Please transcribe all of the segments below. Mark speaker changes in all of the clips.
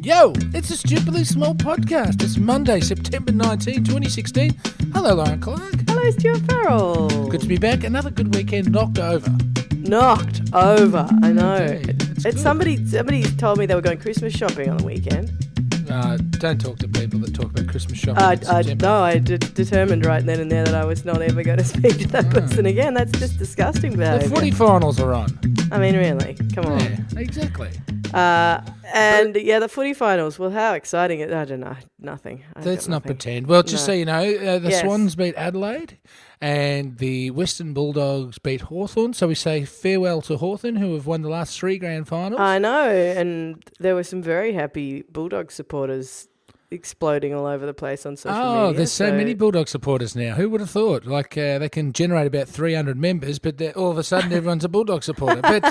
Speaker 1: Yo, it's the Stupidly Small Podcast. It's Monday, September 19, 2016. Hello, Lauren Clark.
Speaker 2: Hello, Stuart Farrell.
Speaker 1: Good to be back. Another good weekend knocked over.
Speaker 2: Knocked over. I know.
Speaker 1: Indeed,
Speaker 2: it's
Speaker 1: it's good.
Speaker 2: somebody. Somebody told me they were going Christmas shopping on the weekend.
Speaker 1: Uh, don't talk to people that talk about Christmas shopping.
Speaker 2: I,
Speaker 1: in
Speaker 2: I,
Speaker 1: Oh, September.
Speaker 2: no, I de- determined right then and there that I was not ever going to speak to that
Speaker 1: Ah.
Speaker 2: person again. That's just disgusting
Speaker 1: The
Speaker 2: behavior.
Speaker 1: footy finals are on.
Speaker 2: I mean, really, come on.
Speaker 1: Yeah, exactly.
Speaker 2: Uh, and yeah, the footy finals. Well, how exciting! It, I don't know. Nothing. I've
Speaker 1: Let's
Speaker 2: got
Speaker 1: not
Speaker 2: nothing.
Speaker 1: pretend. Well, just
Speaker 2: No.
Speaker 1: so you know, uh, the
Speaker 2: Yes.
Speaker 1: Swans beat Adelaide and the Western Bulldogs beat Hawthorn. So we say farewell to Hawthorn, who have won the last three grand finals.
Speaker 2: I know, and there were some very happy Bulldog supporters exploding all over the place on social
Speaker 1: oh,
Speaker 2: media.
Speaker 1: there's so, many Bulldog supporters now. Who would have thought? Like, uh, they can generate about 300 members, but they're- all of a sudden everyone's a Bulldog supporter. But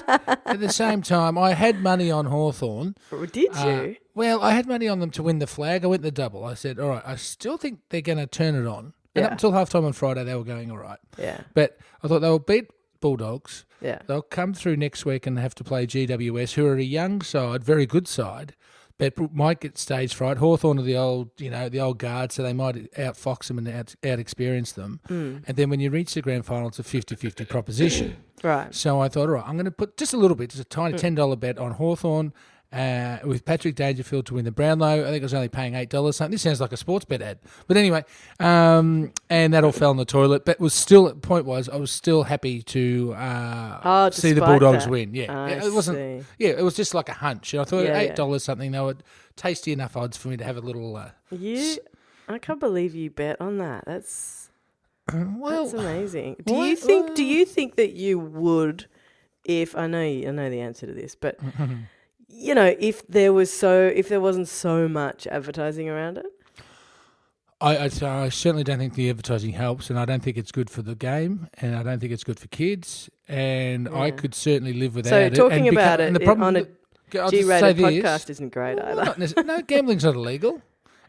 Speaker 1: at the same time, I had money on Hawthorn.
Speaker 2: Did you?
Speaker 1: Uh, well, I had money on them to win the flag. I went the double. I said, all right, I still think they're going to turn it on. And up
Speaker 2: Yeah.
Speaker 1: until halftime on Friday, they were going all right.
Speaker 2: yeah.
Speaker 1: But I thought they'll beat Bulldogs.
Speaker 2: Yeah.
Speaker 1: They'll come through next week and have to play GWS, who are a young side, very good side, but might get stage fright. Hawthorn are the old, you know, the old guard, so they might outfox them and out, out experience them. And then when you reach the grand final, it's a 50-50 proposition.
Speaker 2: Right.
Speaker 1: So I thought, all right, I'm going to put just a little bit, just a tiny ten dollar bet on Hawthorn uh, with Patrick Dangerfield to win the Brownlow. I think I was only paying eight dollars. Something. This sounds like a sports bet ad, but anyway, um, and that all fell in the toilet. But was still point was I was still happy to uh,
Speaker 2: Oh,
Speaker 1: see the
Speaker 2: despite
Speaker 1: Bulldogs
Speaker 2: that.
Speaker 1: win. Yeah,
Speaker 2: I
Speaker 1: it, it wasn't.
Speaker 2: see.
Speaker 1: Yeah, it was just like a hunch. And I thought
Speaker 2: Yeah, yeah.
Speaker 1: eight dollars something. They were tasty enough odds for me to have a little. Uh,
Speaker 2: You I can't believe you bet on that. That's
Speaker 1: well,
Speaker 2: that's amazing. Do
Speaker 1: why-
Speaker 2: you think do you think that you would if I know you, I know the answer to this, but you know, if there was so if there wasn't so much advertising around it?
Speaker 1: I, I, so I certainly don't think the advertising helps, and I don't think it's good for the game, and I don't think it's good for kids. And I
Speaker 2: Yeah.
Speaker 1: could certainly live without it.
Speaker 2: Mm. talking
Speaker 1: and
Speaker 2: about
Speaker 1: and
Speaker 2: it on a
Speaker 1: that- I'll
Speaker 2: G
Speaker 1: just say
Speaker 2: rated
Speaker 1: this,
Speaker 2: podcast isn't great
Speaker 1: well,
Speaker 2: either.
Speaker 1: not necess- no, gambling's not illegal.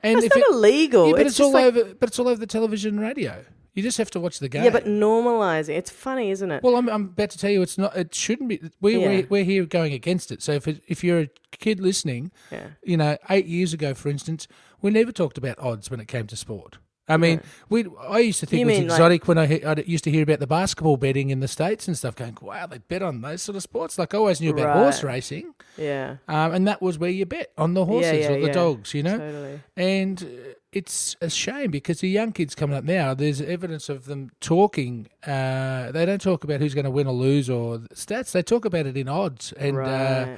Speaker 1: And
Speaker 2: It's
Speaker 1: if
Speaker 2: not
Speaker 1: it,
Speaker 2: illegal.
Speaker 1: yeah, but it's,
Speaker 2: it's, just
Speaker 1: all
Speaker 2: like,
Speaker 1: over. But it's all over the television, and radio. You just have to watch the game.
Speaker 2: Yeah, but normalizing. It's funny, isn't it?
Speaker 1: well, I'm, I'm about to tell you, it's not. It shouldn't be. We
Speaker 2: Yeah.
Speaker 1: we're, we're here going against it. So if it, if you're a kid listening,
Speaker 2: yeah.
Speaker 1: you know, eight years ago, for instance, we never talked about odds when it came to sport. I mean, we I used to think
Speaker 2: You
Speaker 1: it was
Speaker 2: mean, like-
Speaker 1: exotic when I, he- I used to hear about the basketball betting in the states and stuff. Going, wow, they bet on those sort of sports. Like I always knew about
Speaker 2: Right.
Speaker 1: horse racing,
Speaker 2: Yeah.
Speaker 1: um, and that was where you bet on the horses
Speaker 2: yeah,
Speaker 1: or the
Speaker 2: yeah.
Speaker 1: dogs, you know.
Speaker 2: Totally.
Speaker 1: And uh, it's a shame because the young kids coming up now, there's evidence of them talking. Uh, they don't talk about who's going to win or lose or stats. They talk about it in odds and. Uh,
Speaker 2: right.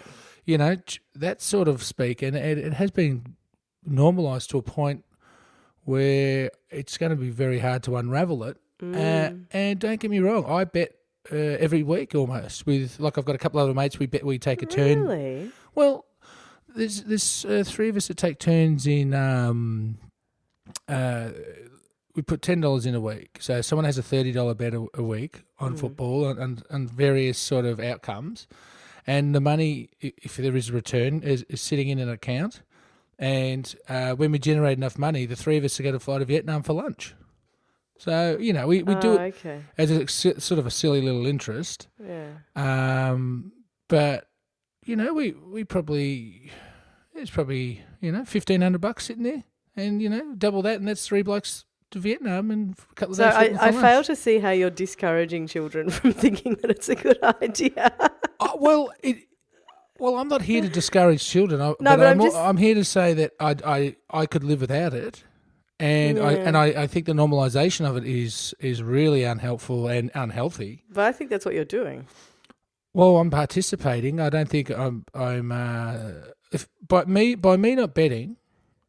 Speaker 1: you know ch- that sort of speak and it, it has been normalized to a point where it's going to be very hard to unravel it uh, and don't get me wrong i bet uh, every week almost with like i've got a couple other mates we bet we take a turn
Speaker 2: Really?
Speaker 1: well there's there's uh, three of us that take turns in um uh we put ten dollars in a week, so someone has a thirty dollar bet a, a week on football and, and, and various sort of outcomes, and the money, i- if there is a return, is, is sitting in an account. And uh, when we generate enough money, the three of us are going to fly to Vietnam for lunch. So you know, we, we do
Speaker 2: oh,
Speaker 1: it
Speaker 2: okay.
Speaker 1: as a si- sort of a silly little interest,
Speaker 2: Yeah.
Speaker 1: um, but you know, we we probably it's probably you know fifteen hundred bucks sitting there, and you know double that, and that's three blokes to Vietnam and a couple of
Speaker 2: So
Speaker 1: days.
Speaker 2: I,
Speaker 1: for- for
Speaker 2: I
Speaker 1: lunch.
Speaker 2: fail to see how you're discouraging children from thinking that it's a good idea.
Speaker 1: Oh, well, it. Well, I'm not here to discourage children. I, but,
Speaker 2: but
Speaker 1: I'm,
Speaker 2: I'm
Speaker 1: al-
Speaker 2: just-
Speaker 1: I'm here to say that I I, I could live without it, and I
Speaker 2: Yeah.
Speaker 1: and I, I think the normalisation of it is is really unhelpful and unhealthy.
Speaker 2: But I think that's what you're doing.
Speaker 1: Well, I'm participating. I don't think I'm. I'm. Uh, if by me by me not betting,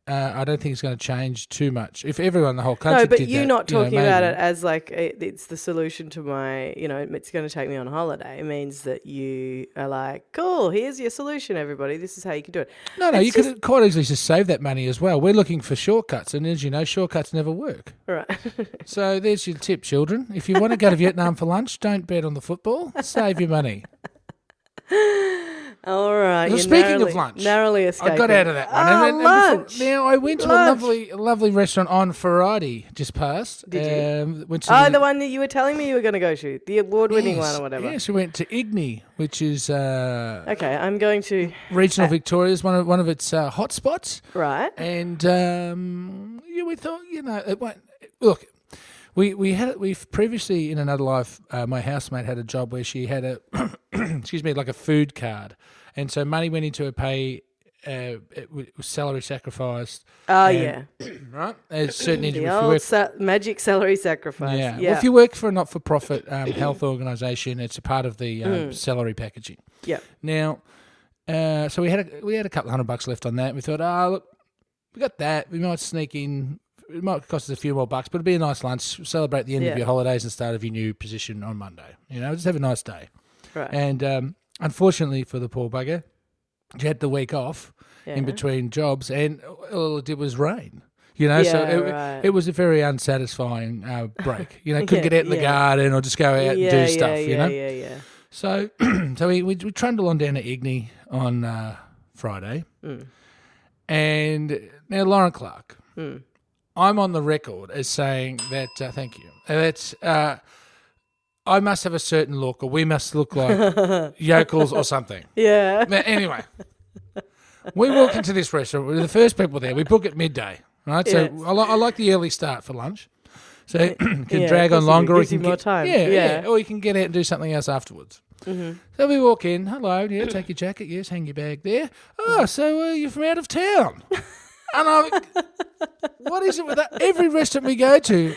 Speaker 1: uh, I don't think it's going to change too much. If everyone, the whole country,
Speaker 2: no, but
Speaker 1: did
Speaker 2: you
Speaker 1: that,
Speaker 2: not
Speaker 1: you know,
Speaker 2: talking about
Speaker 1: maybe.
Speaker 2: it as like it, it's the solution to my, you know, it's going to take me on holiday. It means that you are like, cool, here's your solution, everybody. This is how you can do it.
Speaker 1: No, no,
Speaker 2: it's
Speaker 1: you could quite easily just save that money as well. We're looking for shortcuts, and as you know, shortcuts never work.
Speaker 2: Right.
Speaker 1: So there's your tip, children. If you want to go to Vietnam for lunch, don't bet on the football. Save your money.
Speaker 2: All right.
Speaker 1: So
Speaker 2: you
Speaker 1: speaking
Speaker 2: narrowly,
Speaker 1: of lunch,
Speaker 2: narrowly
Speaker 1: I
Speaker 2: escaped.
Speaker 1: got out of that one.
Speaker 2: Oh,
Speaker 1: and then, and
Speaker 2: lunch.
Speaker 1: before- now I went to a
Speaker 2: Lunch.
Speaker 1: lovely, lovely restaurant on Friday just past.
Speaker 2: Did
Speaker 1: you? Um, went to
Speaker 2: oh, the one that you were telling me you were going to go to, the award-winning one
Speaker 1: Yes,
Speaker 2: or whatever.
Speaker 1: Yes, we went to Igni, which is uh,
Speaker 2: Okay, I'm going to. Uh,
Speaker 1: regional Victoria's one of one of its uh, hotspots.
Speaker 2: Right.
Speaker 1: and um, yeah, we thought you know it won't, look we we had we've previously in another life uh, my housemate had a job where she had a excuse me like a food card and so money went into her pay uh, it w- was salary sacrificed
Speaker 2: Oh,
Speaker 1: and-
Speaker 2: yeah.
Speaker 1: right As certainly if
Speaker 2: The
Speaker 1: you
Speaker 2: old
Speaker 1: work
Speaker 2: sa- magic salary sacrifice.
Speaker 1: yeah.
Speaker 2: Yeah.
Speaker 1: Well, if you work for a not-for-profit um, health organisation, it's a part of the um, salary packaging.
Speaker 2: Mm. Yeah.
Speaker 1: Now, uh, so we had a, we had a couple hundred bucks left on that. We thought, ah, look, we got that. We might sneak in. It might cost us a few more bucks, but it'd be a nice lunch. Celebrate the end of
Speaker 2: Yeah.
Speaker 1: your holidays and start of your new position on Monday. You know, just have a nice day.
Speaker 2: Right.
Speaker 1: And um, unfortunately for the poor bugger, she had the week off in
Speaker 2: Yeah.
Speaker 1: between jobs, and all it did was rain. You know, so
Speaker 2: Yeah,
Speaker 1: it,
Speaker 2: right.
Speaker 1: it was a very unsatisfying uh, break. You know, couldn't
Speaker 2: Yeah,
Speaker 1: get out in the
Speaker 2: yeah.
Speaker 1: garden or just go out and do
Speaker 2: yeah,
Speaker 1: stuff.
Speaker 2: yeah,
Speaker 1: you know,
Speaker 2: yeah, yeah.
Speaker 1: so so we, we we trundle on down to Igni on uh, Friday,
Speaker 2: Mm.
Speaker 1: and now Lauren Clark,
Speaker 2: Mm.
Speaker 1: I'm on the record as saying that uh, thank you. Uh, That's uh, I must have a certain look, or we must look like yokels or something.
Speaker 2: Yeah.
Speaker 1: Now, anyway, we walk into this restaurant. We're the first people there. We book at midday, right?
Speaker 2: Yes.
Speaker 1: So I, li- I like the early start for lunch. So it can
Speaker 2: yeah,
Speaker 1: drag on
Speaker 2: possibly
Speaker 1: longer. or
Speaker 2: gives
Speaker 1: you
Speaker 2: you
Speaker 1: can
Speaker 2: more
Speaker 1: get-
Speaker 2: time.
Speaker 1: Yeah, yeah,
Speaker 2: Yeah. Mm-hmm.
Speaker 1: Or you can get out and do something else afterwards. So we walk in. Hello, yeah. Take your jacket. Yes, hang your bag there. Oh, so uh, you're from out of town? and I'm, what is it with that? Every restaurant we go to,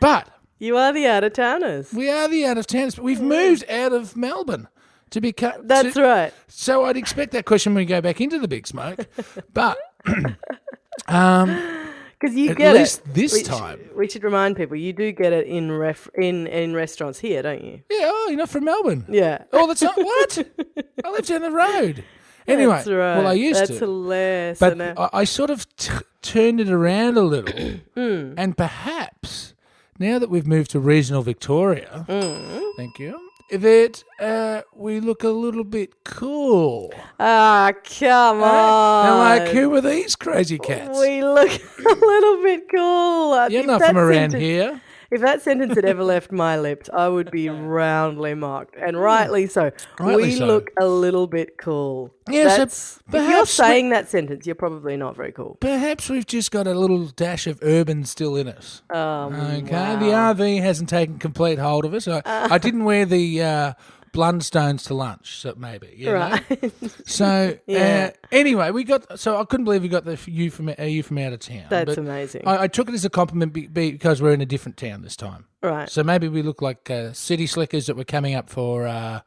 Speaker 1: but
Speaker 2: You are the out of towners.
Speaker 1: we are the out of towners. But we've moved out of Melbourne to become.
Speaker 2: That's right.
Speaker 1: So I'd expect that question when we go back into the big smoke, but um,
Speaker 2: Because you
Speaker 1: at
Speaker 2: get
Speaker 1: least
Speaker 2: it.
Speaker 1: this
Speaker 2: we sh-
Speaker 1: time.
Speaker 2: we should remind people you do get it in ref in in restaurants here, don't you?
Speaker 1: Yeah, oh, you're not from Melbourne.
Speaker 2: Yeah.
Speaker 1: Oh, that's not what I live down the road. Anyway,
Speaker 2: That's right.
Speaker 1: well, I used
Speaker 2: That's
Speaker 1: to,
Speaker 2: hilarious.
Speaker 1: but
Speaker 2: isn't it?
Speaker 1: I, I sort of t- turned it around a little,
Speaker 2: Mm.
Speaker 1: and perhaps now that we've moved to regional Victoria,
Speaker 2: Mm.
Speaker 1: thank you. That uh, we look a little bit cool.
Speaker 2: ah, come on.
Speaker 1: Now, like, who are these crazy cats?
Speaker 2: we look a little bit cool. Uh,
Speaker 1: You're
Speaker 2: if
Speaker 1: not
Speaker 2: that
Speaker 1: from around
Speaker 2: sentence-
Speaker 1: here.
Speaker 2: If that sentence had ever left my lips, I would be roundly mocked, and rightly so.
Speaker 1: Hmm. Rightly
Speaker 2: we
Speaker 1: so.
Speaker 2: look a little bit cool.
Speaker 1: Yeah, so
Speaker 2: That's, if you're
Speaker 1: perhaps we-
Speaker 2: saying that sentence, you're probably not very cool.
Speaker 1: Perhaps we've just got a little dash of urban still in us.
Speaker 2: Um,
Speaker 1: Okay, the RV hasn't taken complete hold of us. I, I didn't wear the uh, Blundstones to lunch, so maybe. You Know?
Speaker 2: right.
Speaker 1: So
Speaker 2: Yeah.
Speaker 1: uh, anyway, we got. So I couldn't believe we got the f- you from uh, you from out of town.
Speaker 2: That's
Speaker 1: but
Speaker 2: amazing.
Speaker 1: I, I took it as a compliment be, be, because we're in a different town this time.
Speaker 2: right.
Speaker 1: So maybe we look like uh, city slickers that were coming up for uh,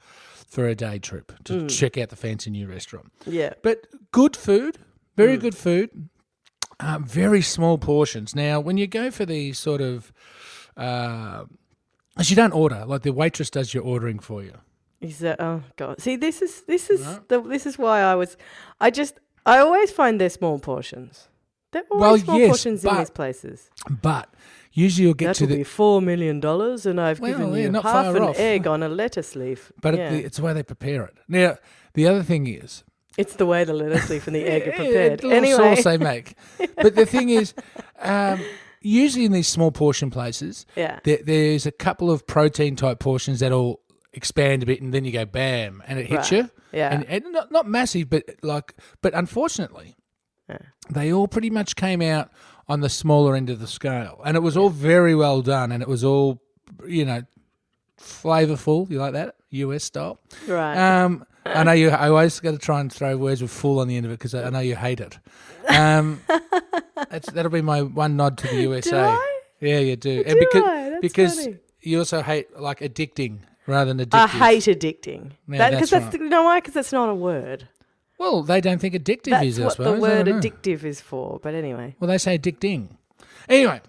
Speaker 1: for a day trip to
Speaker 2: Hmm.
Speaker 1: check out the fancy new restaurant.
Speaker 2: Yeah.
Speaker 1: But good food,
Speaker 2: Hmm.
Speaker 1: very good food, um, very small portions. Now, when you go for these sort of, uh, 'cause you don't order like the waitress does your ordering for you.
Speaker 2: Is that oh god? See, this is this is the, this is why I was. I just I always find they're small portions. They're always
Speaker 1: Well,
Speaker 2: small
Speaker 1: yes,
Speaker 2: portions in
Speaker 1: but-
Speaker 2: these places.
Speaker 1: But usually you'll get
Speaker 2: That
Speaker 1: to
Speaker 2: will
Speaker 1: the.
Speaker 2: be four million dollars, and I've
Speaker 1: Well,
Speaker 2: given
Speaker 1: yeah,
Speaker 2: you
Speaker 1: not
Speaker 2: half
Speaker 1: far
Speaker 2: an
Speaker 1: off.
Speaker 2: egg on a lettuce leaf.
Speaker 1: but it,
Speaker 2: yeah.
Speaker 1: it's the way they prepare it. Now, the other thing is,
Speaker 2: It's the way the lettuce leaf and the egg are
Speaker 1: Yeah,
Speaker 2: prepared.
Speaker 1: the little
Speaker 2: anyway,
Speaker 1: sauce they make. But the thing is, um, usually in these small portion places,
Speaker 2: yeah,
Speaker 1: there, there's a couple of protein type portions that'll expand a bit, and then you go bam, and it hits
Speaker 2: Right.
Speaker 1: you.
Speaker 2: Yeah.
Speaker 1: and, and not not massive, but like, but unfortunately,
Speaker 2: Yeah.
Speaker 1: they all pretty much came out on the smaller end of the scale, and it was all very well done, and it was all, you know, flavorful. You like that US style?
Speaker 2: right.
Speaker 1: Um, I know you. I always got to try and throw words with "fool" on the end of it because I, I know you hate it. Um, that's, that'll be my one nod to the USA.
Speaker 2: I?
Speaker 1: Yeah, you do.
Speaker 2: do
Speaker 1: because
Speaker 2: I? That's
Speaker 1: because
Speaker 2: funny.
Speaker 1: you also hate like addicting rather than addictive.
Speaker 2: I hate addicting.
Speaker 1: Yeah,
Speaker 2: that, cause
Speaker 1: that's
Speaker 2: that's you know why? Because that's not a word.
Speaker 1: Well, they don't think addictive
Speaker 2: That's
Speaker 1: is. I
Speaker 2: what the
Speaker 1: suppose. I
Speaker 2: word
Speaker 1: don't know.
Speaker 2: addictive is for. But anyway,
Speaker 1: Well, they say addicting. Anyway,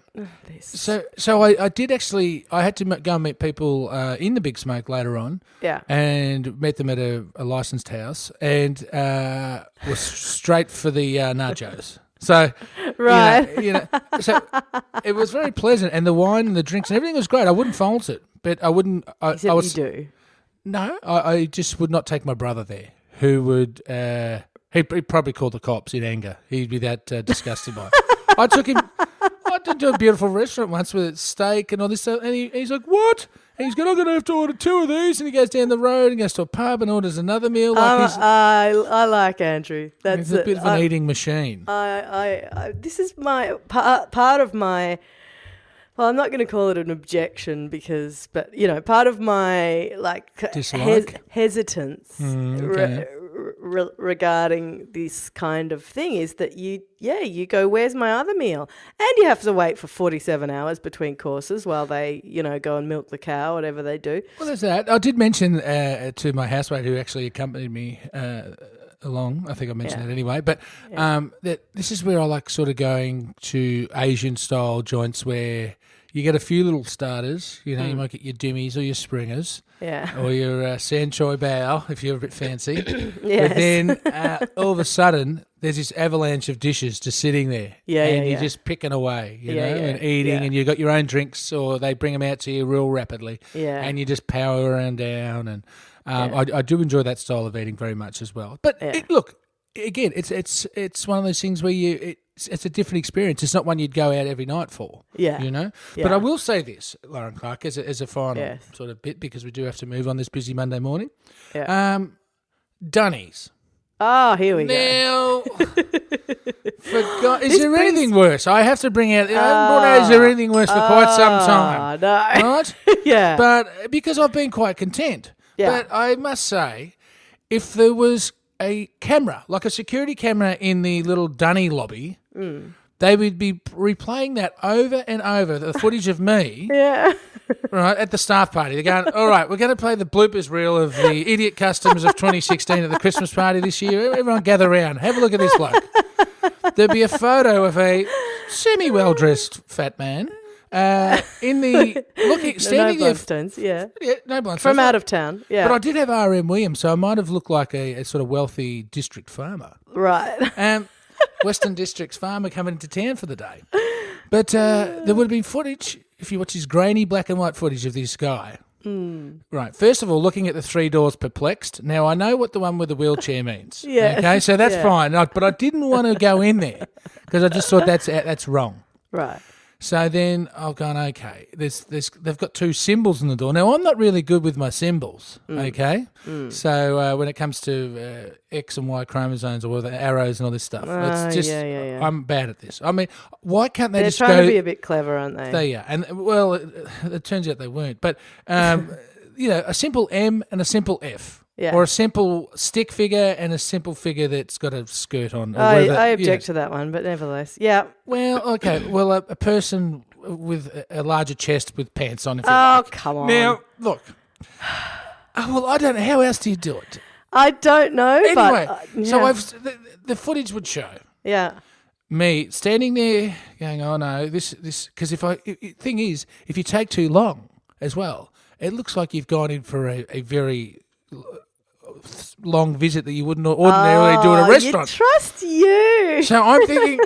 Speaker 2: this.
Speaker 1: so so I, I did actually. I had to m- go and meet people uh, in the big smoke later on.
Speaker 2: Yeah.
Speaker 1: and met them at a, a licensed house and uh, was straight for the uh, nachos. So, you know-
Speaker 2: Right.
Speaker 1: you know, so it was very pleasant, and the wine and the drinks and everything was great. I wouldn't fault it, but I wouldn't. I,
Speaker 2: Except
Speaker 1: I was
Speaker 2: you do.
Speaker 1: no, I, I just would not take my brother there, who would uh, he'd, he'd probably call the cops in anger. He'd be that uh, disgusted by. It. I took him. I did to a beautiful restaurant once with steak and all this stuff, and he, he's like, "What?" And he's going, "I'm going to have to order two of these," and he goes down the road and goes to a pub and orders another meal. Like
Speaker 2: Um,
Speaker 1: he's,
Speaker 2: I, I like Andrew. That's
Speaker 1: he's a bit of an
Speaker 2: I-
Speaker 1: eating machine.
Speaker 2: I, I, I this is my part, part of my well i'm not going to call it an objection because but you know part of my like hes-
Speaker 1: Dislike?
Speaker 2: hesitance
Speaker 1: Mm,
Speaker 2: re-
Speaker 1: okay.
Speaker 2: re- regarding this kind of thing is that you yeah you go where's my other meal and you have to wait for 47 hours between courses while they you know go and milk the cow whatever they do
Speaker 1: Well, there's that. I did mention uh, to my housemate who actually accompanied me uh, along. I think I mentioned
Speaker 2: Yeah.
Speaker 1: that anyway. But um, that this is where I like sort of going to Asian style joints where you get a few little starters. You know,
Speaker 2: Hmm.
Speaker 1: you might get your dimmies or your springers
Speaker 2: yeah
Speaker 1: or your uh, sanchoy bao if you're a bit fancy.
Speaker 2: Yes.
Speaker 1: But then uh, all of a sudden, there's this avalanche of dishes just sitting there.
Speaker 2: Yeah,
Speaker 1: And
Speaker 2: yeah,
Speaker 1: you're
Speaker 2: yeah.
Speaker 1: just picking away, you
Speaker 2: Yeah,
Speaker 1: know,
Speaker 2: yeah,
Speaker 1: and eating,
Speaker 2: yeah.
Speaker 1: and you've got your own drinks, or they bring them out to you real rapidly.
Speaker 2: Yeah.
Speaker 1: And you just power around down. And um, I, I do enjoy that style of eating very much as well. But
Speaker 2: Yeah.
Speaker 1: it, look, again, it's it's it's one of those things where you. it's, it's a different experience. It's not one you'd go out every night for.
Speaker 2: Yeah.
Speaker 1: You know? But
Speaker 2: Yeah.
Speaker 1: I will say this, Lauren Clark, as a, as a final
Speaker 2: Yes.
Speaker 1: sort of bit, because we do have to move on this busy Monday morning.
Speaker 2: Yeah.
Speaker 1: Um, Dunnies.
Speaker 2: oh here we go
Speaker 1: Now, for God, is
Speaker 2: This
Speaker 1: there
Speaker 2: brings-
Speaker 1: anything worse? I have to bring out. I haven't brought out, is there anything worse for quite some time?
Speaker 2: Ah, no.
Speaker 1: Right?
Speaker 2: yeah
Speaker 1: but uh, because I've been quite content.
Speaker 2: Yeah.
Speaker 1: But I must say, if there was a camera, like a security camera in the little dunny lobby,
Speaker 2: Mm.
Speaker 1: they would be replaying that over and over the footage of me
Speaker 2: yeah
Speaker 1: right at the staff party. They're going, all right, we're going to play the bloopers reel of the idiot customers of 2016 at the Christmas party this year. Everyone gather round, have a look at this bloke. There'd be a photo of a semi well dressed fat man uh, in the looking
Speaker 2: no
Speaker 1: standing there.
Speaker 2: Blundstones, yeah.
Speaker 1: Yeah, no blindsides.
Speaker 2: From out of town, yeah.
Speaker 1: But I did have R.M. Williams, so I might have looked like a, a sort of wealthy district farmer.
Speaker 2: right.
Speaker 1: Um, Western District's farmer coming into town for the day. But uh, there would have been footage, if you watch this grainy black and white footage of this guy.
Speaker 2: Hmm.
Speaker 1: Right. First of all, looking at the three doors perplexed. Now, I know what the one with the wheelchair means.
Speaker 2: Yeah.
Speaker 1: Okay, so that's
Speaker 2: Yeah.
Speaker 1: fine. Like, But I didn't want to go in there because I just thought that's, that's wrong.
Speaker 2: Right.
Speaker 1: So then I've gone, okay, there's, there's, they've got two symbols in the door. Now, I'm not really good with my symbols,
Speaker 2: Mm.
Speaker 1: okay? So uh, when it comes to uh, X and Y chromosomes or the arrows and all this stuff,
Speaker 2: Ah,
Speaker 1: it's just,
Speaker 2: yeah, yeah, yeah.
Speaker 1: I'm bad at this. I mean, why can't they
Speaker 2: They're
Speaker 1: just
Speaker 2: trying
Speaker 1: go,
Speaker 2: to be a bit clever, aren't they?
Speaker 1: they are. And well, it, it turns out they weren't. But, um, you know, a simple M and a simple F.
Speaker 2: Yeah.
Speaker 1: Or a simple stick figure and a simple figure that's got a skirt on. or
Speaker 2: I,
Speaker 1: whatever,
Speaker 2: I
Speaker 1: you know.
Speaker 2: object to that one, but nevertheless, yeah.
Speaker 1: Well, okay. Well, a, a person with a- a larger chest with pants on. If you
Speaker 2: Oh
Speaker 1: like.
Speaker 2: come on!
Speaker 1: Now, look. Oh, well, I don't know. How else do you do it?
Speaker 2: I don't know,
Speaker 1: Anyway,
Speaker 2: but uh,
Speaker 1: so
Speaker 2: yeah.
Speaker 1: I've, the, the footage would show
Speaker 2: yeah,
Speaker 1: me standing there going, oh, no, this, this, because if I, i- i- thing is, if you take too long as well, it looks like you've gone in for a, a very l- uh, long visit that you wouldn't ordinarily do at
Speaker 2: Oh,
Speaker 1: a restaurant.
Speaker 2: You trust you.
Speaker 1: So I'm thinking,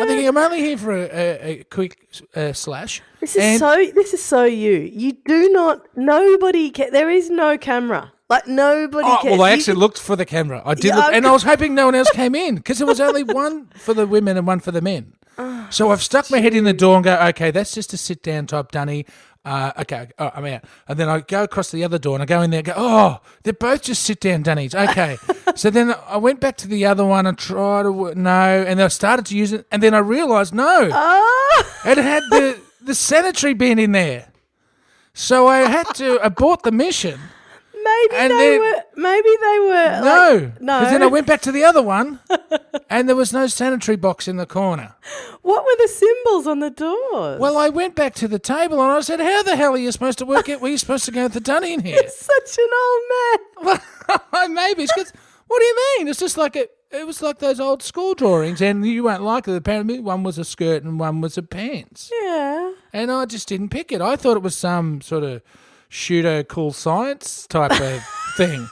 Speaker 1: I'm thinking, I'm only here for a, a, a quick uh, slash.
Speaker 2: This is
Speaker 1: and
Speaker 2: so. This is so you. You do not. Nobody. Ca- there is no camera. Like nobody.
Speaker 1: Oh,
Speaker 2: cares.
Speaker 1: well, I
Speaker 2: You-
Speaker 1: actually looked for the camera. I did,
Speaker 2: Yeah,
Speaker 1: look,
Speaker 2: I'm
Speaker 1: and I was hoping no one else came in because there was only one for the women and one for the men.
Speaker 2: Ah,
Speaker 1: So I've stuck my head in the door and go, okay, that's just a sit down type dunny. Uh, okay, oh, I'm out. And then I go across the other door and I go in there and go, oh, they're both just sit down dunnies. Okay. so then I went back to the other one and tried to, wo- no, and I started to use it. And then I realized, no.
Speaker 2: Ah!
Speaker 1: It had the, the sanitary bin in there. So I had to abort the mission.
Speaker 2: maybe
Speaker 1: And
Speaker 2: they
Speaker 1: then-
Speaker 2: were. Maybe they were.
Speaker 1: No.
Speaker 2: like- no.
Speaker 1: 'Cause then I went back to the other one and there was no sanitary box in the corner.
Speaker 2: What were the symbols on the doors?
Speaker 1: Well, I went back to the table and I said, How the hell are you supposed to work it? Were you supposed to go with the dunny in here?
Speaker 2: such an old man.
Speaker 1: Well, Maybe. It's 'cause- what do you mean? It's just like a, it was like those old school drawings and you won't like it. Apparently, one was a skirt and one was a pants.
Speaker 2: Yeah.
Speaker 1: and I just didn't pick it. I thought it was some sort of pseudo cool science type of thing.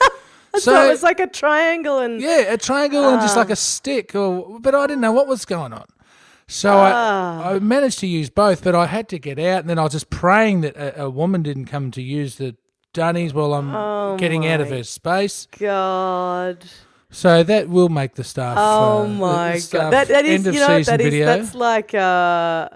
Speaker 2: So, it was like Ah. a triangle and
Speaker 1: yeah, a triangle and just like a stick, or but I didn't know what was going on. So
Speaker 2: Ah.
Speaker 1: I, I managed to use both, but I had to get out, and then I was just praying that a, a woman didn't come to use the dunnies while I'm
Speaker 2: Oh
Speaker 1: getting out of
Speaker 2: my
Speaker 1: her space.
Speaker 2: God.
Speaker 1: So that will make the staff. uh,
Speaker 2: Oh
Speaker 1: the- the
Speaker 2: my
Speaker 1: staff
Speaker 2: God. That, that is,
Speaker 1: end of
Speaker 2: you know, what
Speaker 1: season
Speaker 2: that is,
Speaker 1: video.
Speaker 2: that's like, uh,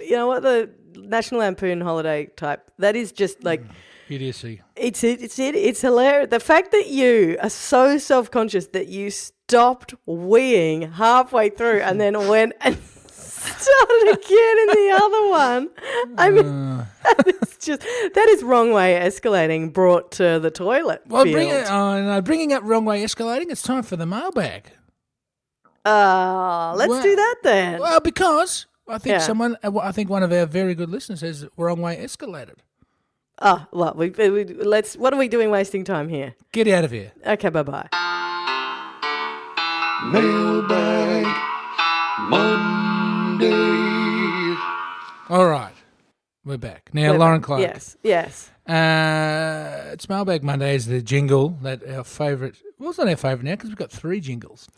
Speaker 2: you know what, the National Lampoon holiday type. That is just
Speaker 1: Mm.
Speaker 2: like,
Speaker 1: idiocy.
Speaker 2: It's it, it's it, it's hilarious. The fact that you are so self conscious that you stopped weeing halfway through and then went and started again in the other one. I mean,
Speaker 1: Uh,
Speaker 2: it's just that is wrong way escalating brought to the toilet.
Speaker 1: well,
Speaker 2: field.
Speaker 1: bring it on. Uh, bringing up wrong way escalating. It's time for the mailbag.
Speaker 2: Ah, let's
Speaker 1: Well-
Speaker 2: do that then.
Speaker 1: Well, because I think
Speaker 2: Yeah.
Speaker 1: someone, uh, I think one of our very good listeners says wrong way escalated.
Speaker 2: Ah, well, we, we, let's. What are we doing, wasting time here?
Speaker 1: Get out of here.
Speaker 2: Okay, bye bye.
Speaker 3: Mailbag Monday.
Speaker 1: All right. We're back. Now,
Speaker 2: Bye-bye.
Speaker 1: Lauren Clark.
Speaker 2: Yes, yes.
Speaker 1: Uh, it's Mailbag Monday is the jingle that our favourite. Well, it's not our favourite now because we've got three jingles,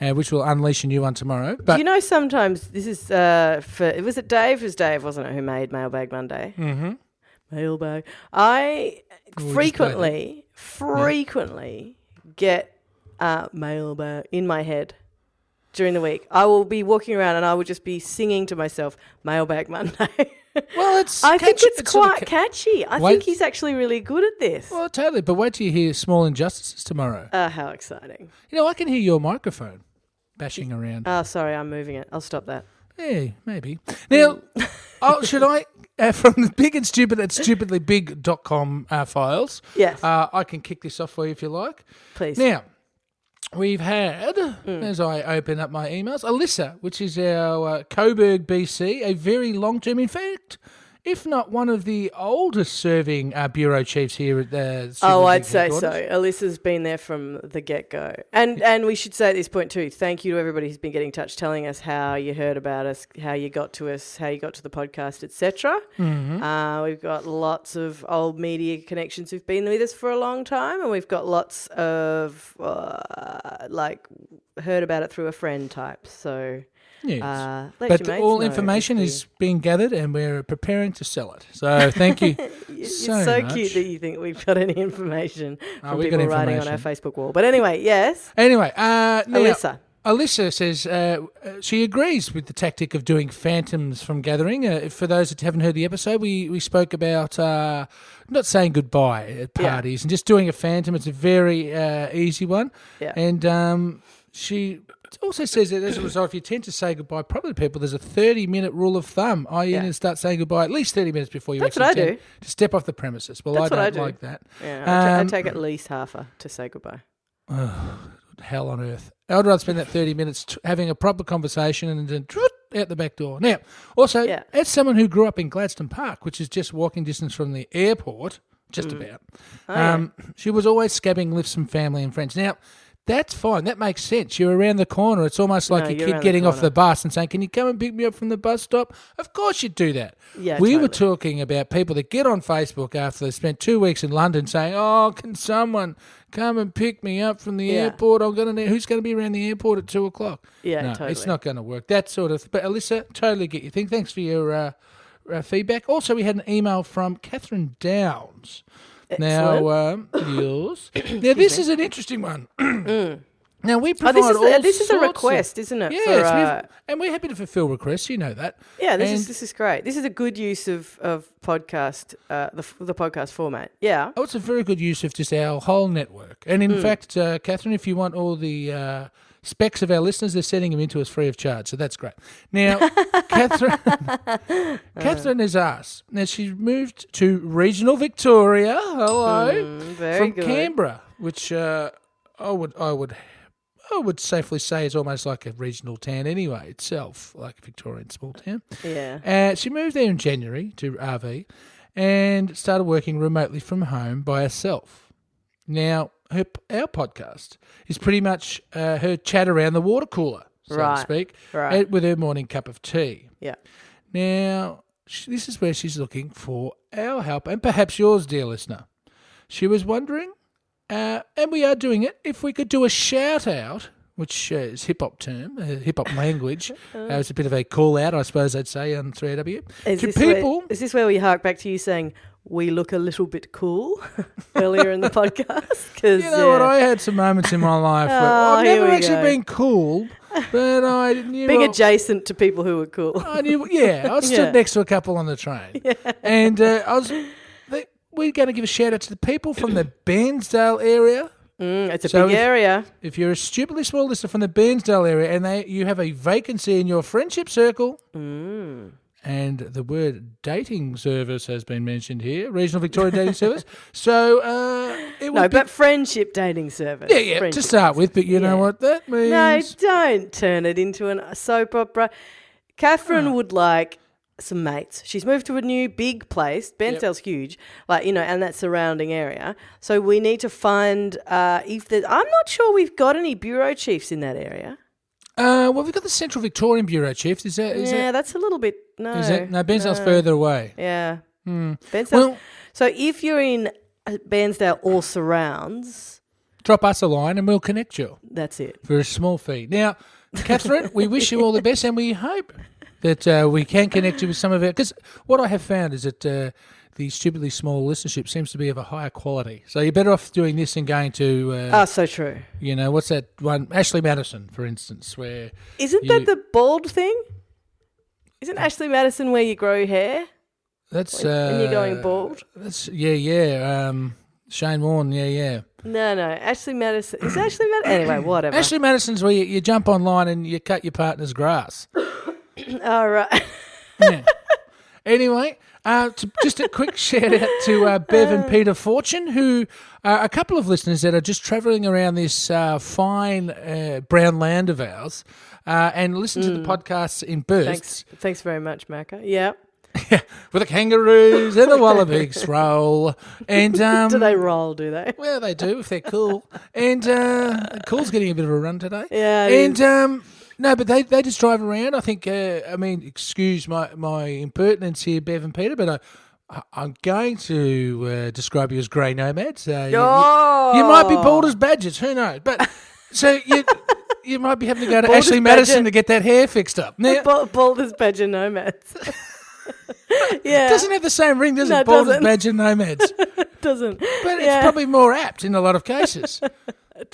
Speaker 1: uh, which will unleash a new one tomorrow. But
Speaker 2: you know, sometimes this is uh, for was it Dave? It was Dave, wasn't it, who made Mailbag Monday? Mm-hmm. Mailbag. I
Speaker 1: played
Speaker 2: frequently, frequently get uh, mailbag in my head during the week. I will be walking around and I will just be singing to myself, Mailbag Monday.
Speaker 1: well, it's
Speaker 2: I think
Speaker 1: catchy-
Speaker 2: it's,
Speaker 1: sort of
Speaker 2: quite
Speaker 1: ca-
Speaker 2: catchy. I
Speaker 1: Wait.
Speaker 2: think he's actually really good at this.
Speaker 1: well, totally. But wait till you hear Small Injustices tomorrow.
Speaker 2: Ah, how exciting!
Speaker 1: You know, I can hear your microphone bashing around.
Speaker 2: Oh, sorry, I'm moving it. I'll stop that.
Speaker 1: Yeah, Eh, maybe. Now, oh, should I, uh, from the big and stupid at stupidlybig.com uh, files,
Speaker 2: Yes,
Speaker 1: uh, I can kick this off for you if you like.
Speaker 2: please.
Speaker 1: Now, we've had,
Speaker 2: Hmm.
Speaker 1: as I open up my emails, Alyssa, which is our uh, Coburg, BC, a very long term, in fact, if not one of the oldest serving uh, bureau chiefs here at the.
Speaker 2: Oh,
Speaker 1: Stupidly
Speaker 2: I'd
Speaker 1: Big
Speaker 2: say so.
Speaker 1: headquarters.
Speaker 2: Alyssa's been there from the get go, and and we should say at this point too. Thank you to everybody who's been getting in touch, telling us how you heard about us, how you got to us, how you got to the podcast, etc. Uh, we've got lots of old media connections who've been with us for a long time, and we've got lots of uh, like heard about it through a friend type. So,
Speaker 1: Yes.
Speaker 2: uh, let
Speaker 1: but
Speaker 2: your mates
Speaker 1: all
Speaker 2: know
Speaker 1: information
Speaker 2: if you-
Speaker 1: is being gathered and we're preparing to sell it. So thank you.
Speaker 2: It's
Speaker 1: so
Speaker 2: so,
Speaker 1: much.
Speaker 2: cute that you think we've got any information from
Speaker 1: we got
Speaker 2: people writing on our
Speaker 1: information.
Speaker 2: Facebook wall. But anyway, yes,
Speaker 1: Anyway, uh, now-
Speaker 2: Alyssa.
Speaker 1: Alyssa says uh, uh, she agrees with the tactic of doing phantoms from gathering. Uh, for those that haven't heard the episode, we, we spoke about uh, not saying goodbye at
Speaker 2: Yeah.
Speaker 1: parties and just doing a phantom. It's a very uh, easy one.
Speaker 2: Yeah.
Speaker 1: And um, she also says that as a result, if you tend to say goodbye, probably to people, there's a 30 minute rule of thumb, i.e., you
Speaker 2: Yeah.
Speaker 1: need to start saying goodbye at least 30 minutes before you
Speaker 2: That's
Speaker 1: actually
Speaker 2: what I
Speaker 1: tend to step off the premises. Well,
Speaker 2: That's
Speaker 1: I
Speaker 2: what
Speaker 1: don't
Speaker 2: I do.
Speaker 1: like that.
Speaker 2: Yeah, I ta- I
Speaker 1: Um,
Speaker 2: take at least half a to say goodbye.
Speaker 1: hell on earth. I'd rather spend that 30 minutes t- having a proper conversation and then droot out the back door. Now, also,
Speaker 2: Yeah.
Speaker 1: as someone who grew up in Gladstone Park, which is just walking distance from the airport, just
Speaker 2: Mm.
Speaker 1: about,
Speaker 2: Oh,
Speaker 1: um, she was always scabbing lifts from family and friends. Now, that's fine. That makes sense. You're around the corner. It's almost like
Speaker 2: No,
Speaker 1: a
Speaker 2: you're
Speaker 1: kid
Speaker 2: around the
Speaker 1: getting off
Speaker 2: corner.
Speaker 1: the bus and saying, Can you come and pick me up from the bus stop? Of course you'd do that.
Speaker 2: Yeah,
Speaker 1: we were
Speaker 2: totally.
Speaker 1: talking about people that get on Facebook after they spent two weeks in London saying, Oh, can someone come and pick me up from the
Speaker 2: Yeah.
Speaker 1: airport? I'm gonna need who's gonna be around the airport at two o'clock.
Speaker 2: Yeah,
Speaker 1: no, it's
Speaker 2: totally.
Speaker 1: not gonna work. That sort of but Alyssa, totally get your thing. Thanks for your uh, uh, feedback. Also we had an email from Catherine Downs. Now um yours. now this is an interesting one. Now we
Speaker 2: Oh,
Speaker 1: provide
Speaker 2: this is
Speaker 1: all
Speaker 2: a, this is a
Speaker 1: sorts of-
Speaker 2: request, isn't it?
Speaker 1: Yes,
Speaker 2: for,
Speaker 1: we have-
Speaker 2: uh,
Speaker 1: and we're happy to fulfil requests. You know that.
Speaker 2: yeah. This
Speaker 1: and-
Speaker 2: is this is great. This is a good use of of podcast uh, the f- the podcast format. Yeah,
Speaker 1: Oh, it's a very good use of just our whole network. And in
Speaker 2: Hmm.
Speaker 1: fact, uh, Catherine, if you want all the uh, specs of our listeners, they're sending them into us free of charge. So that's great. Now, Catherine,
Speaker 2: Uh.
Speaker 1: Catherine is us. Now, she moved to regional Victoria. Hello.
Speaker 2: Hmm, Mm, very
Speaker 1: from
Speaker 2: good.
Speaker 1: Canberra, which uh, I would, I would. I would safely say is almost like a regional town anyway itself, like a Victorian small town.
Speaker 2: yeah.
Speaker 1: Uh, she moved there in January to RV and started working remotely from home by herself. Now, her, our podcast is pretty much uh, her chat around the water cooler, so
Speaker 2: Right,
Speaker 1: to speak,
Speaker 2: right.
Speaker 1: uh, with her morning cup of tea.
Speaker 2: Yeah.
Speaker 1: Now, sh- this is where she's looking for our help and perhaps yours, dear listener. She was wondering, uh, and we are doing it, if we could do a shout out, which uh, is hip hop term, uh, hip hop language. uh, it's a bit of a call out, I suppose I'd say, on 3AW.
Speaker 2: Uh-huh. Is
Speaker 1: to
Speaker 2: this
Speaker 1: people.
Speaker 2: Where, is this where we hark back to you saying we look a little bit cool earlier in the podcast. Because
Speaker 1: You know what? I had some moments in my life where
Speaker 2: Oh,
Speaker 1: I've
Speaker 2: here
Speaker 1: never
Speaker 2: we
Speaker 1: actually
Speaker 2: go.
Speaker 1: been cool, but I knew
Speaker 2: being
Speaker 1: I-
Speaker 2: adjacent to people who are cool.
Speaker 1: I knew, yeah, I stood
Speaker 2: Yeah.
Speaker 1: next to a couple on the train, and uh, I was. They, we're going to give a shout out to the people from the Bairnsdale area.
Speaker 2: Mm, it's a
Speaker 1: So
Speaker 2: big
Speaker 1: if-
Speaker 2: area.
Speaker 1: If you're a stupidly small listener from the Bairnsdale area, and they you have a vacancy in your friendship circle,
Speaker 2: Mm.
Speaker 1: and the word dating service has been mentioned here, regional Victoria dating service. So uh, it would
Speaker 2: No,
Speaker 1: be,
Speaker 2: but friendship dating service.
Speaker 1: yeah, yeah, to
Speaker 2: Friendship.
Speaker 1: start with. But you know
Speaker 2: yeah.
Speaker 1: what that means?
Speaker 2: No, don't turn it into an- a soap opera. Catherine would like some mates. She's moved to a new big place. Bensdale's huge, like you know, and that surrounding area. So we need to find uh, if there's. I'm not sure we've got any bureau chiefs in that area.
Speaker 1: Uh, well, we've got the Central Victorian Bureau Chief. Is that is
Speaker 2: yeah,
Speaker 1: that
Speaker 2: that's a little bit no.
Speaker 1: is that no? Bairnsdale's further away.
Speaker 2: Yeah, Bensdale.
Speaker 1: Well,
Speaker 2: so if you're in uh, Bairnsdale or surrounds,
Speaker 1: drop us a line and we'll connect you
Speaker 2: that's it.
Speaker 1: for a small fee. Now, Catherine, we wish you all the best and we hope that uh, we can connect you with some of it. Because what I have found is that uh, the stupidly small listenership seems to be of a higher quality. So you're better off doing this than going to, uh,
Speaker 2: Oh, so true.
Speaker 1: you know, what's that one? Ashley Madison, for instance, where.
Speaker 2: Isn't
Speaker 1: You-
Speaker 2: that the bald thing? Isn't Ashley Madison where you grow hair?
Speaker 1: That's.
Speaker 2: When you're going
Speaker 1: uh,
Speaker 2: bald?
Speaker 1: That's, yeah, yeah. Um, Shane Warne, yeah, yeah.
Speaker 2: No, no. Ashley Madison. Is Ashley Madison? Anyway, whatever.
Speaker 1: Ashley Madison's where you, you jump online and you cut your partner's grass.
Speaker 2: All right.
Speaker 1: Yeah. anyway, uh, to, just a quick shout out to uh, Bev and Peter Fortune, who are a couple of listeners that are just travelling around this uh, fine uh, brown land of ours. Uh, and listen to
Speaker 2: Mm.
Speaker 1: the podcasts in bursts
Speaker 2: Thanks. Thanks very much, Macca. Yeah.
Speaker 1: with the kangaroos and the wallabies roll. And um,
Speaker 2: Do they roll, do they?
Speaker 1: well, they do if they're cool. And uh, cool's getting a bit of a run today.
Speaker 2: Yeah, it
Speaker 1: and um, no, but they, they just drive around. I think. Uh, I mean, excuse my my impertinence here, Bev and Peter, but I. I- I'm going to uh, describe you as grey nomads. Uh, you-
Speaker 2: Oh.
Speaker 1: you, you might be bald as badgers. Who knows? But so you you might be having to go to
Speaker 2: Bald as
Speaker 1: Ashley Madison
Speaker 2: badger.
Speaker 1: to get that hair fixed up. Now, it
Speaker 2: Bald, bald as badger nomads. yeah.
Speaker 1: doesn't have the same ring, does
Speaker 2: No,
Speaker 1: it?
Speaker 2: it
Speaker 1: Bald as
Speaker 2: doesn't.
Speaker 1: badger nomads.
Speaker 2: doesn't.
Speaker 1: But
Speaker 2: Yeah.
Speaker 1: it's probably more apt in a lot of cases.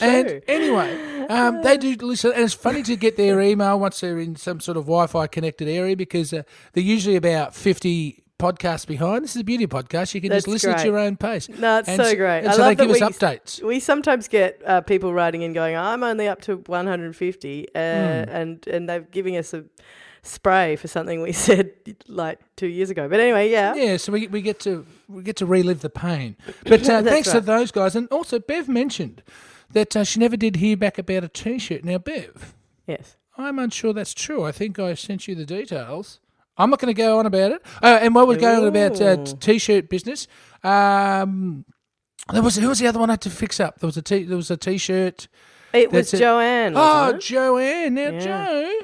Speaker 1: And
Speaker 2: True.
Speaker 1: anyway, um, they do listen, and it's funny to get their email once they're in some sort of Wi-Fi connected area because uh, they're usually about fifty podcasts behind. This is a beauty podcast; you can just
Speaker 2: That's
Speaker 1: listen at
Speaker 2: great.
Speaker 1: your own pace.
Speaker 2: No, it's
Speaker 1: And
Speaker 2: so
Speaker 1: s-
Speaker 2: great.
Speaker 1: And
Speaker 2: I
Speaker 1: so
Speaker 2: love
Speaker 1: they give
Speaker 2: that
Speaker 1: us
Speaker 2: we-
Speaker 1: updates.
Speaker 2: We sometimes get uh, people writing in going, I'm only up to 150, uh,
Speaker 1: Hmm.
Speaker 2: and and they're giving us a spray for something we said like two years ago. But anyway, yeah.
Speaker 1: Yeah, so we, we get to we get to relive the pain. But uh,
Speaker 2: That's
Speaker 1: thanks to
Speaker 2: right.
Speaker 1: those guys, and also Bev mentioned that uh, she never did hear back about a T-shirt. Now, Bev,
Speaker 2: Yes.
Speaker 1: I'm unsure that's true. I think I sent you the details. I'm not going to go on about it. Uh, and while we're going on about uh, t- t-shirt business, um, there was who was the other one I had to fix up? There was a t- there was a t-shirt.
Speaker 2: It was
Speaker 1: That's it.
Speaker 2: Joanne.
Speaker 1: Oh,
Speaker 2: Wasn't it?
Speaker 1: Joanne. Now,
Speaker 2: Yeah.
Speaker 1: Joe,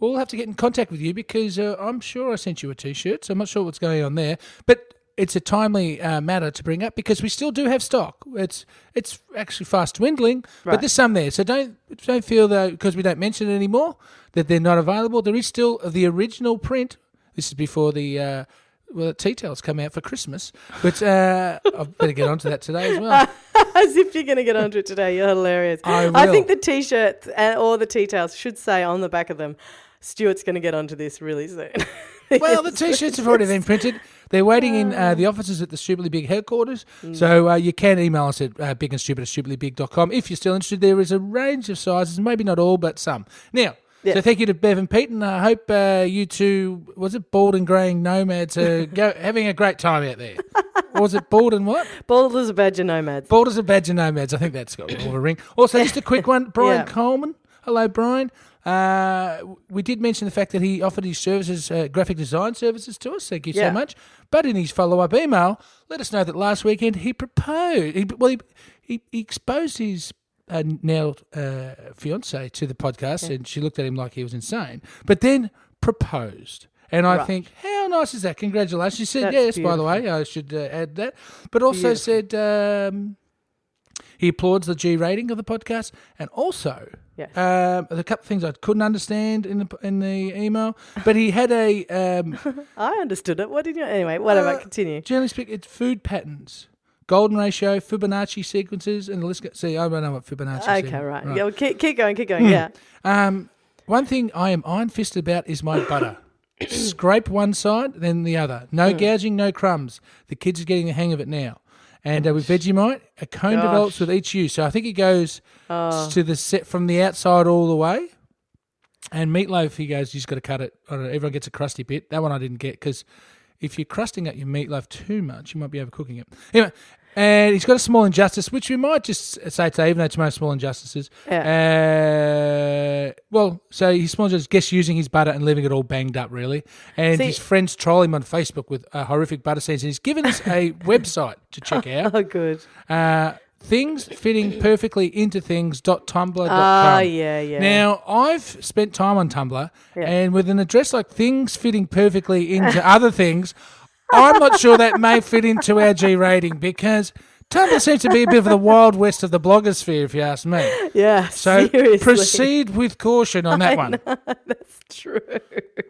Speaker 1: we'll have to get in contact with you because uh, I'm sure I sent you a T-shirt. So I'm not sure what's going on there, but it's a timely uh, matter to bring up because we still do have stock. It's it's actually fast dwindling, but
Speaker 2: Right.
Speaker 1: there's some there. So don't don't feel though because we don't mention it anymore that they're not available. There is still the original print. This is before the. Uh, well, the details come out for Christmas, but uh, I better get onto that today as well.
Speaker 2: As if you're going to get onto it today. You're hilarious.
Speaker 1: Ah, I
Speaker 2: think
Speaker 1: will.
Speaker 2: the t shirts and or the tea towels should say on the back of them, Stuart's going to get onto this really soon.
Speaker 1: Well, the t-shirts have already been printed. They're waiting in uh, the offices at the Stupidly Big headquarters. So uh, you can email us at uh, big and stupid at stupidlybig.com. If you're still interested, there is a range of sizes, maybe not all, but some. Now,
Speaker 2: Yeah.
Speaker 1: so thank you to Bev and Pete, and I hope uh, you two, was it Bald and Graying Nomads, uh, go, having a great time out there? or was it Bald and what?
Speaker 2: Bald as a badger nomads.
Speaker 1: Bald as a badger nomads. I think that's got more of a ring. Also, just a quick one. Brian
Speaker 2: Yeah.
Speaker 1: Coleman. Hello, Brian. Uh, we did mention the fact that he offered his services, uh, graphic design services to us. Thank you
Speaker 2: Yeah.
Speaker 1: so much. But in his follow up email, let us know that last weekend he proposed. He, well, he, he, he exposed his uh, now uh, fiance to the podcast, and she looked at him like he was insane. But then proposed. And I
Speaker 2: Right.
Speaker 1: think, how nice is that? Congratulations. She said,
Speaker 2: That's
Speaker 1: yes, by the way, I should uh, add that. But also said, um, He applauds the G rating of the podcast, and also
Speaker 2: Yes.
Speaker 1: um, a couple of things I couldn't understand in the in the email. But he had a um,
Speaker 2: I understood it. What did you? Anyway, whatever.
Speaker 1: Uh,
Speaker 2: continue.
Speaker 1: generally speaking, it's food patterns, golden ratio, Fibonacci sequences, and the list. Go- See, I don't know what Fibonacci.
Speaker 2: Okay,
Speaker 1: sequence-
Speaker 2: right. Yeah, well, keep, keep going. Keep going. Yeah.
Speaker 1: Um, one thing I am iron fisted about is my butter. Scrape one side, then the other. No gouging, no crumbs. The kids are getting the hang of it now. And uh, with Vegemite, a cone
Speaker 2: Gosh.
Speaker 1: develops with each use. So I think it goes s- to the set from the outside all the way. And meatloaf, he goes, you just got to cut it. I don't know, everyone gets a crusty bit. That one I didn't get because if you're crusting up your meatloaf too much, you might be overcooking it. Anyway, and he's got a small injustice, which we might just say today, even though it's most small injustices. Uh, well, so his small injustice, guess using his butter and leaving it all banged up, really. And
Speaker 2: See-
Speaker 1: his friends troll him on Facebook with uh, horrific butter scenes. And he's given us a website to check out.
Speaker 2: Oh, good.
Speaker 1: Uh, things fitting perfectly into things.tumblr.com.
Speaker 2: Ah, yeah, yeah.
Speaker 1: Now, I've spent time on Tumblr, and with an address like things fitting perfectly into other things, I'm not sure that may fit into our G rating because Tumblr seems to be a bit of the wild west of the blogosphere, if you ask me.
Speaker 2: yeah.
Speaker 1: So
Speaker 2: seriously.
Speaker 1: proceed with caution on that one.
Speaker 2: True.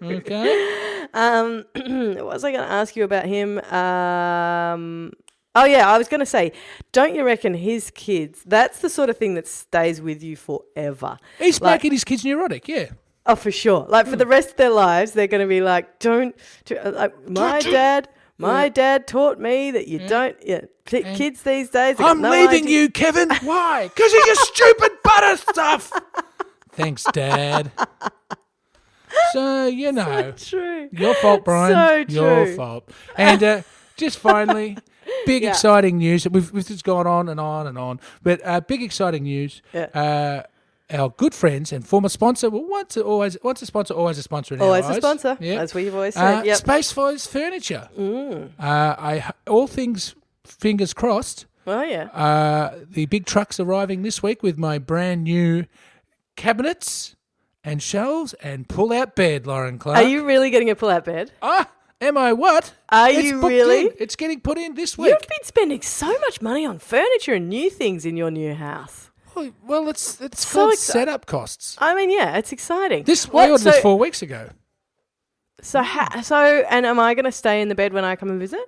Speaker 1: Okay.
Speaker 2: Um, what was I going to ask you about him? Um, oh yeah, I was going to say, don't you reckon his kids? That's the sort of thing that stays with you forever.
Speaker 1: He's
Speaker 2: Like-
Speaker 1: making his kids neurotic, yeah.
Speaker 2: Oh, for sure. Like for the
Speaker 1: Hmm.
Speaker 2: rest of their lives, they're going to be like, don't. do- uh, Like, my dad, my
Speaker 1: Hmm.
Speaker 2: dad taught me that you don't. Yeah, ki- kids these days. they got
Speaker 1: I'm
Speaker 2: no
Speaker 1: leaving
Speaker 2: idea.
Speaker 1: you, Kevin. Why? Because of your stupid butter stuff. Thanks, Dad. So, you know,
Speaker 2: True.
Speaker 1: your fault, Brian.
Speaker 2: So
Speaker 1: Your
Speaker 2: true.
Speaker 1: fault. And uh, just finally, big
Speaker 2: Yeah.
Speaker 1: exciting news. We've, we've just gone on and on and on. But uh, big exciting news. Uh, our good friends and former sponsor, well, once a, always, once a sponsor, always a sponsor. In our
Speaker 2: Always a
Speaker 1: eyes.
Speaker 2: sponsor.
Speaker 1: Yeah.
Speaker 2: That's what you've always said.
Speaker 1: Uh,
Speaker 2: yep. Mm.
Speaker 1: Space Flies Furniture. Uh, I h- all things fingers crossed.
Speaker 2: oh yeah.
Speaker 1: Uh, the big truck's arriving this week with my brand new cabinets and shelves and pull-out bed, Lauren Clark.
Speaker 2: Are you really getting a pull-out bed?
Speaker 1: Ah, am I what?
Speaker 2: Are
Speaker 1: It's
Speaker 2: you
Speaker 1: booked
Speaker 2: really?
Speaker 1: in. It's getting put in this
Speaker 2: You've
Speaker 1: week.
Speaker 2: been spending so much money on furniture and new things in your new house.
Speaker 1: Oh, Well, it's it's
Speaker 2: So
Speaker 1: called
Speaker 2: exci-
Speaker 1: setup costs.
Speaker 2: I mean, yeah, it's exciting.
Speaker 1: This
Speaker 2: What-
Speaker 1: we ordered
Speaker 2: so,
Speaker 1: this four weeks ago.
Speaker 2: So, ha- so, and am I going to stay in the bed when I come and visit,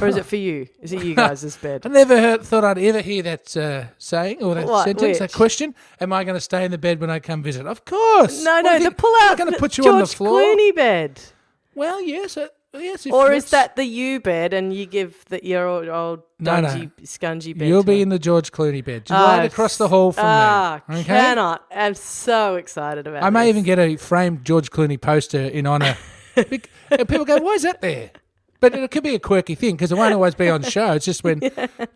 Speaker 2: or is it for you? Is it you guys'
Speaker 1: I
Speaker 2: bed?
Speaker 1: never heard, thought I'd ever hear that uh, saying or that
Speaker 2: What?
Speaker 1: sentence, that
Speaker 2: Which?
Speaker 1: question. Am I going to stay in the bed when I come visit? Of course.
Speaker 2: No,
Speaker 1: What do
Speaker 2: no,
Speaker 1: you
Speaker 2: the
Speaker 1: think?
Speaker 2: pull-out.
Speaker 1: I'm going to
Speaker 2: th-
Speaker 1: put you
Speaker 2: George
Speaker 1: on the floor.
Speaker 2: Clooney bed,
Speaker 1: Well, yes, uh, yes. If
Speaker 2: or is
Speaker 1: that's-
Speaker 2: that the you bed, and you give the your old, old
Speaker 1: No, no.
Speaker 2: dungy, scungy bed?
Speaker 1: You'll
Speaker 2: to
Speaker 1: be
Speaker 2: her?
Speaker 1: in the George Clooney bed, just
Speaker 2: Oh,
Speaker 1: right across the hall from
Speaker 2: Ah,
Speaker 1: me. Okay.
Speaker 2: cannot. I'm so excited about.
Speaker 1: I may
Speaker 2: this.
Speaker 1: even get a framed George Clooney poster in honor. Bec- and people go, "Why is that there?" But it could be a quirky thing because it won't always be on show. It's just when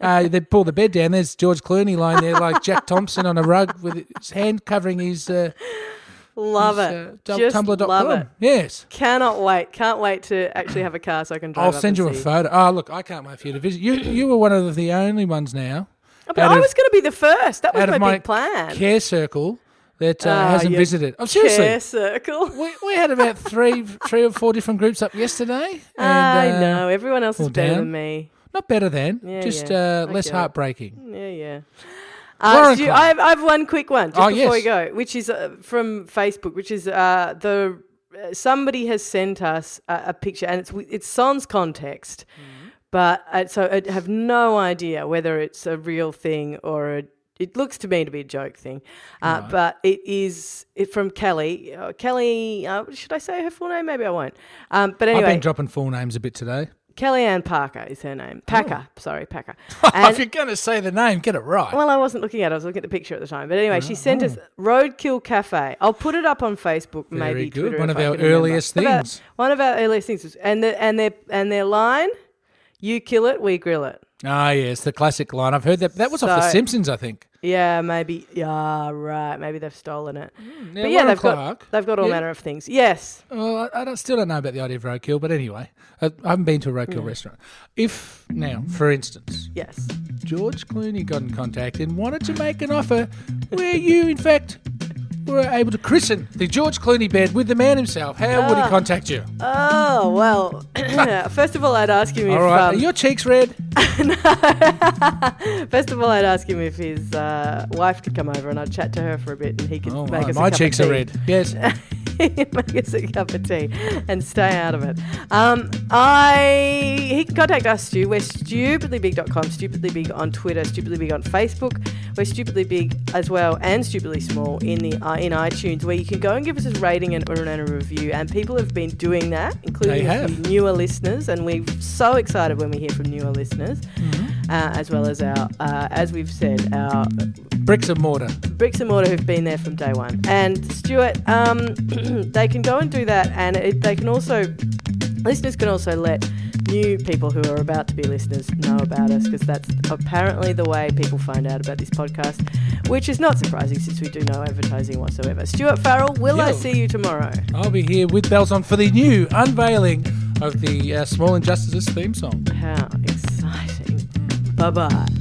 Speaker 1: uh, they pull the bed down, there's George Clooney lying there like Jack Thompson on a rug with his hand covering his, uh,
Speaker 2: love
Speaker 1: his,
Speaker 2: it.
Speaker 1: uh, dub-
Speaker 2: Just
Speaker 1: Tumblr.com.
Speaker 2: love it.
Speaker 1: Yes.
Speaker 2: Cannot wait. Can't wait to actually have a car so I can drive.
Speaker 1: I'll
Speaker 2: up
Speaker 1: send
Speaker 2: and
Speaker 1: you a
Speaker 2: see.
Speaker 1: photo. Oh, look, I can't wait for you to visit. You you were one of the only ones now
Speaker 2: But
Speaker 1: out
Speaker 2: I
Speaker 1: of-
Speaker 2: was going to be the first. That was
Speaker 1: out
Speaker 2: my,
Speaker 1: of my
Speaker 2: big plan.
Speaker 1: care circle that uh,
Speaker 2: Ah,
Speaker 1: hasn't
Speaker 2: you
Speaker 1: visited. Oh, seriously.
Speaker 2: Care circle.
Speaker 1: We, we had about three three or four different groups up yesterday. And,
Speaker 2: Ah, I
Speaker 1: uh,
Speaker 2: know. Everyone else is
Speaker 1: well,
Speaker 2: better
Speaker 1: Dan.
Speaker 2: than me.
Speaker 1: Not better than,
Speaker 2: Yeah,
Speaker 1: just
Speaker 2: yeah,
Speaker 1: Uh,
Speaker 2: I
Speaker 1: less
Speaker 2: get it.
Speaker 1: heartbreaking.
Speaker 2: Yeah, yeah. Uh,
Speaker 1: Lauren
Speaker 2: Stu,
Speaker 1: Clark.
Speaker 2: I, have, I have one quick one just
Speaker 1: Oh,
Speaker 2: before we
Speaker 1: yes.
Speaker 2: go, which is uh, from Facebook, which is uh, the uh, somebody has sent us a, a picture, and it's wi- it's sans context,
Speaker 1: Mm-hmm.
Speaker 2: but uh, so I have no idea whether it's a real thing or a. It looks to me to be a joke thing, uh, but it is it from Kelly. Uh, Kelly, uh, should I say her full name? Maybe I won't. Um, but
Speaker 1: I've
Speaker 2: anyway,
Speaker 1: been dropping full names a bit today.
Speaker 2: Kellyanne Parker is her
Speaker 1: Oh.
Speaker 2: name. Packer, sorry, Packer.
Speaker 1: if
Speaker 2: And-
Speaker 1: you're going to say the name, get it right.
Speaker 2: well, I wasn't looking at it. I was looking at the picture at the time. But anyway, she
Speaker 1: Oh.
Speaker 2: sent us Roadkill Cafe. I'll put it up on Facebook,
Speaker 1: Very
Speaker 2: maybe
Speaker 1: good.
Speaker 2: Twitter.
Speaker 1: One
Speaker 2: if
Speaker 1: of
Speaker 2: I
Speaker 1: our
Speaker 2: can remember.
Speaker 1: earliest
Speaker 2: One of our-
Speaker 1: things.
Speaker 2: One of our earliest things. was- And, the, and, their, and their line, you kill it, we grill it.
Speaker 1: Ah, yes, the classic line. I've heard that. That was off The
Speaker 2: So-
Speaker 1: Simpsons, I think.
Speaker 2: Yeah, maybe. Yeah, right. Maybe they've stolen it.
Speaker 1: Hmm, Now,
Speaker 2: but yeah,
Speaker 1: Lauren
Speaker 2: they've
Speaker 1: Clark,
Speaker 2: got, they've got all
Speaker 1: yeah.
Speaker 2: manner of things. Yes.
Speaker 1: Well, I, I don't, still don't know about the idea of roadkill, but anyway, I, I haven't been to a roadkill restaurant. If, now, for instance,
Speaker 2: Yes.
Speaker 1: George Clooney got in contact and wanted to make an offer where you, in fact, were able to christen the George Clooney bed with the man himself, how would he
Speaker 2: Ah.
Speaker 1: contact you?
Speaker 2: Oh well. First of all, I'd ask him if.
Speaker 1: All right,
Speaker 2: um,
Speaker 1: are your cheeks red?
Speaker 2: First of all, I'd ask him if his uh, wife could come over, and I'd chat to her for a bit, and he could
Speaker 1: Oh,
Speaker 2: make
Speaker 1: my,
Speaker 2: us a
Speaker 1: my
Speaker 2: cup of
Speaker 1: cheeks are
Speaker 2: tea.
Speaker 1: red. Yes.
Speaker 2: make us a cup of tea and stay out of it. Um, I he can contact us, Stu. We're stupidlybig.com, stupidlybig on Twitter, stupidlybig on Facebook. We're stupidlybig as well and stupidly small in the uh, in iTunes, where you can go and give us a rating and, and a review. And people have been doing that, including
Speaker 1: They
Speaker 2: a few
Speaker 1: have.
Speaker 2: newer listeners, and we're so excited when we hear from newer listeners, uh, as well as our uh, as we've said our
Speaker 1: Bricks and mortar.
Speaker 2: bricks and mortar who've been there from day one. And Stuart, um, they can go and do that, and it, they can also listeners can also let new people who are about to be listeners know about us because that's apparently the way people find out about this podcast, which is not surprising since we do no advertising whatsoever. Stuart Farrell, will I
Speaker 1: Yo.
Speaker 2: see you tomorrow?
Speaker 1: I'll be here with bells on for the new unveiling of the uh, Small Injustices theme song.
Speaker 2: How exciting! Bye bye.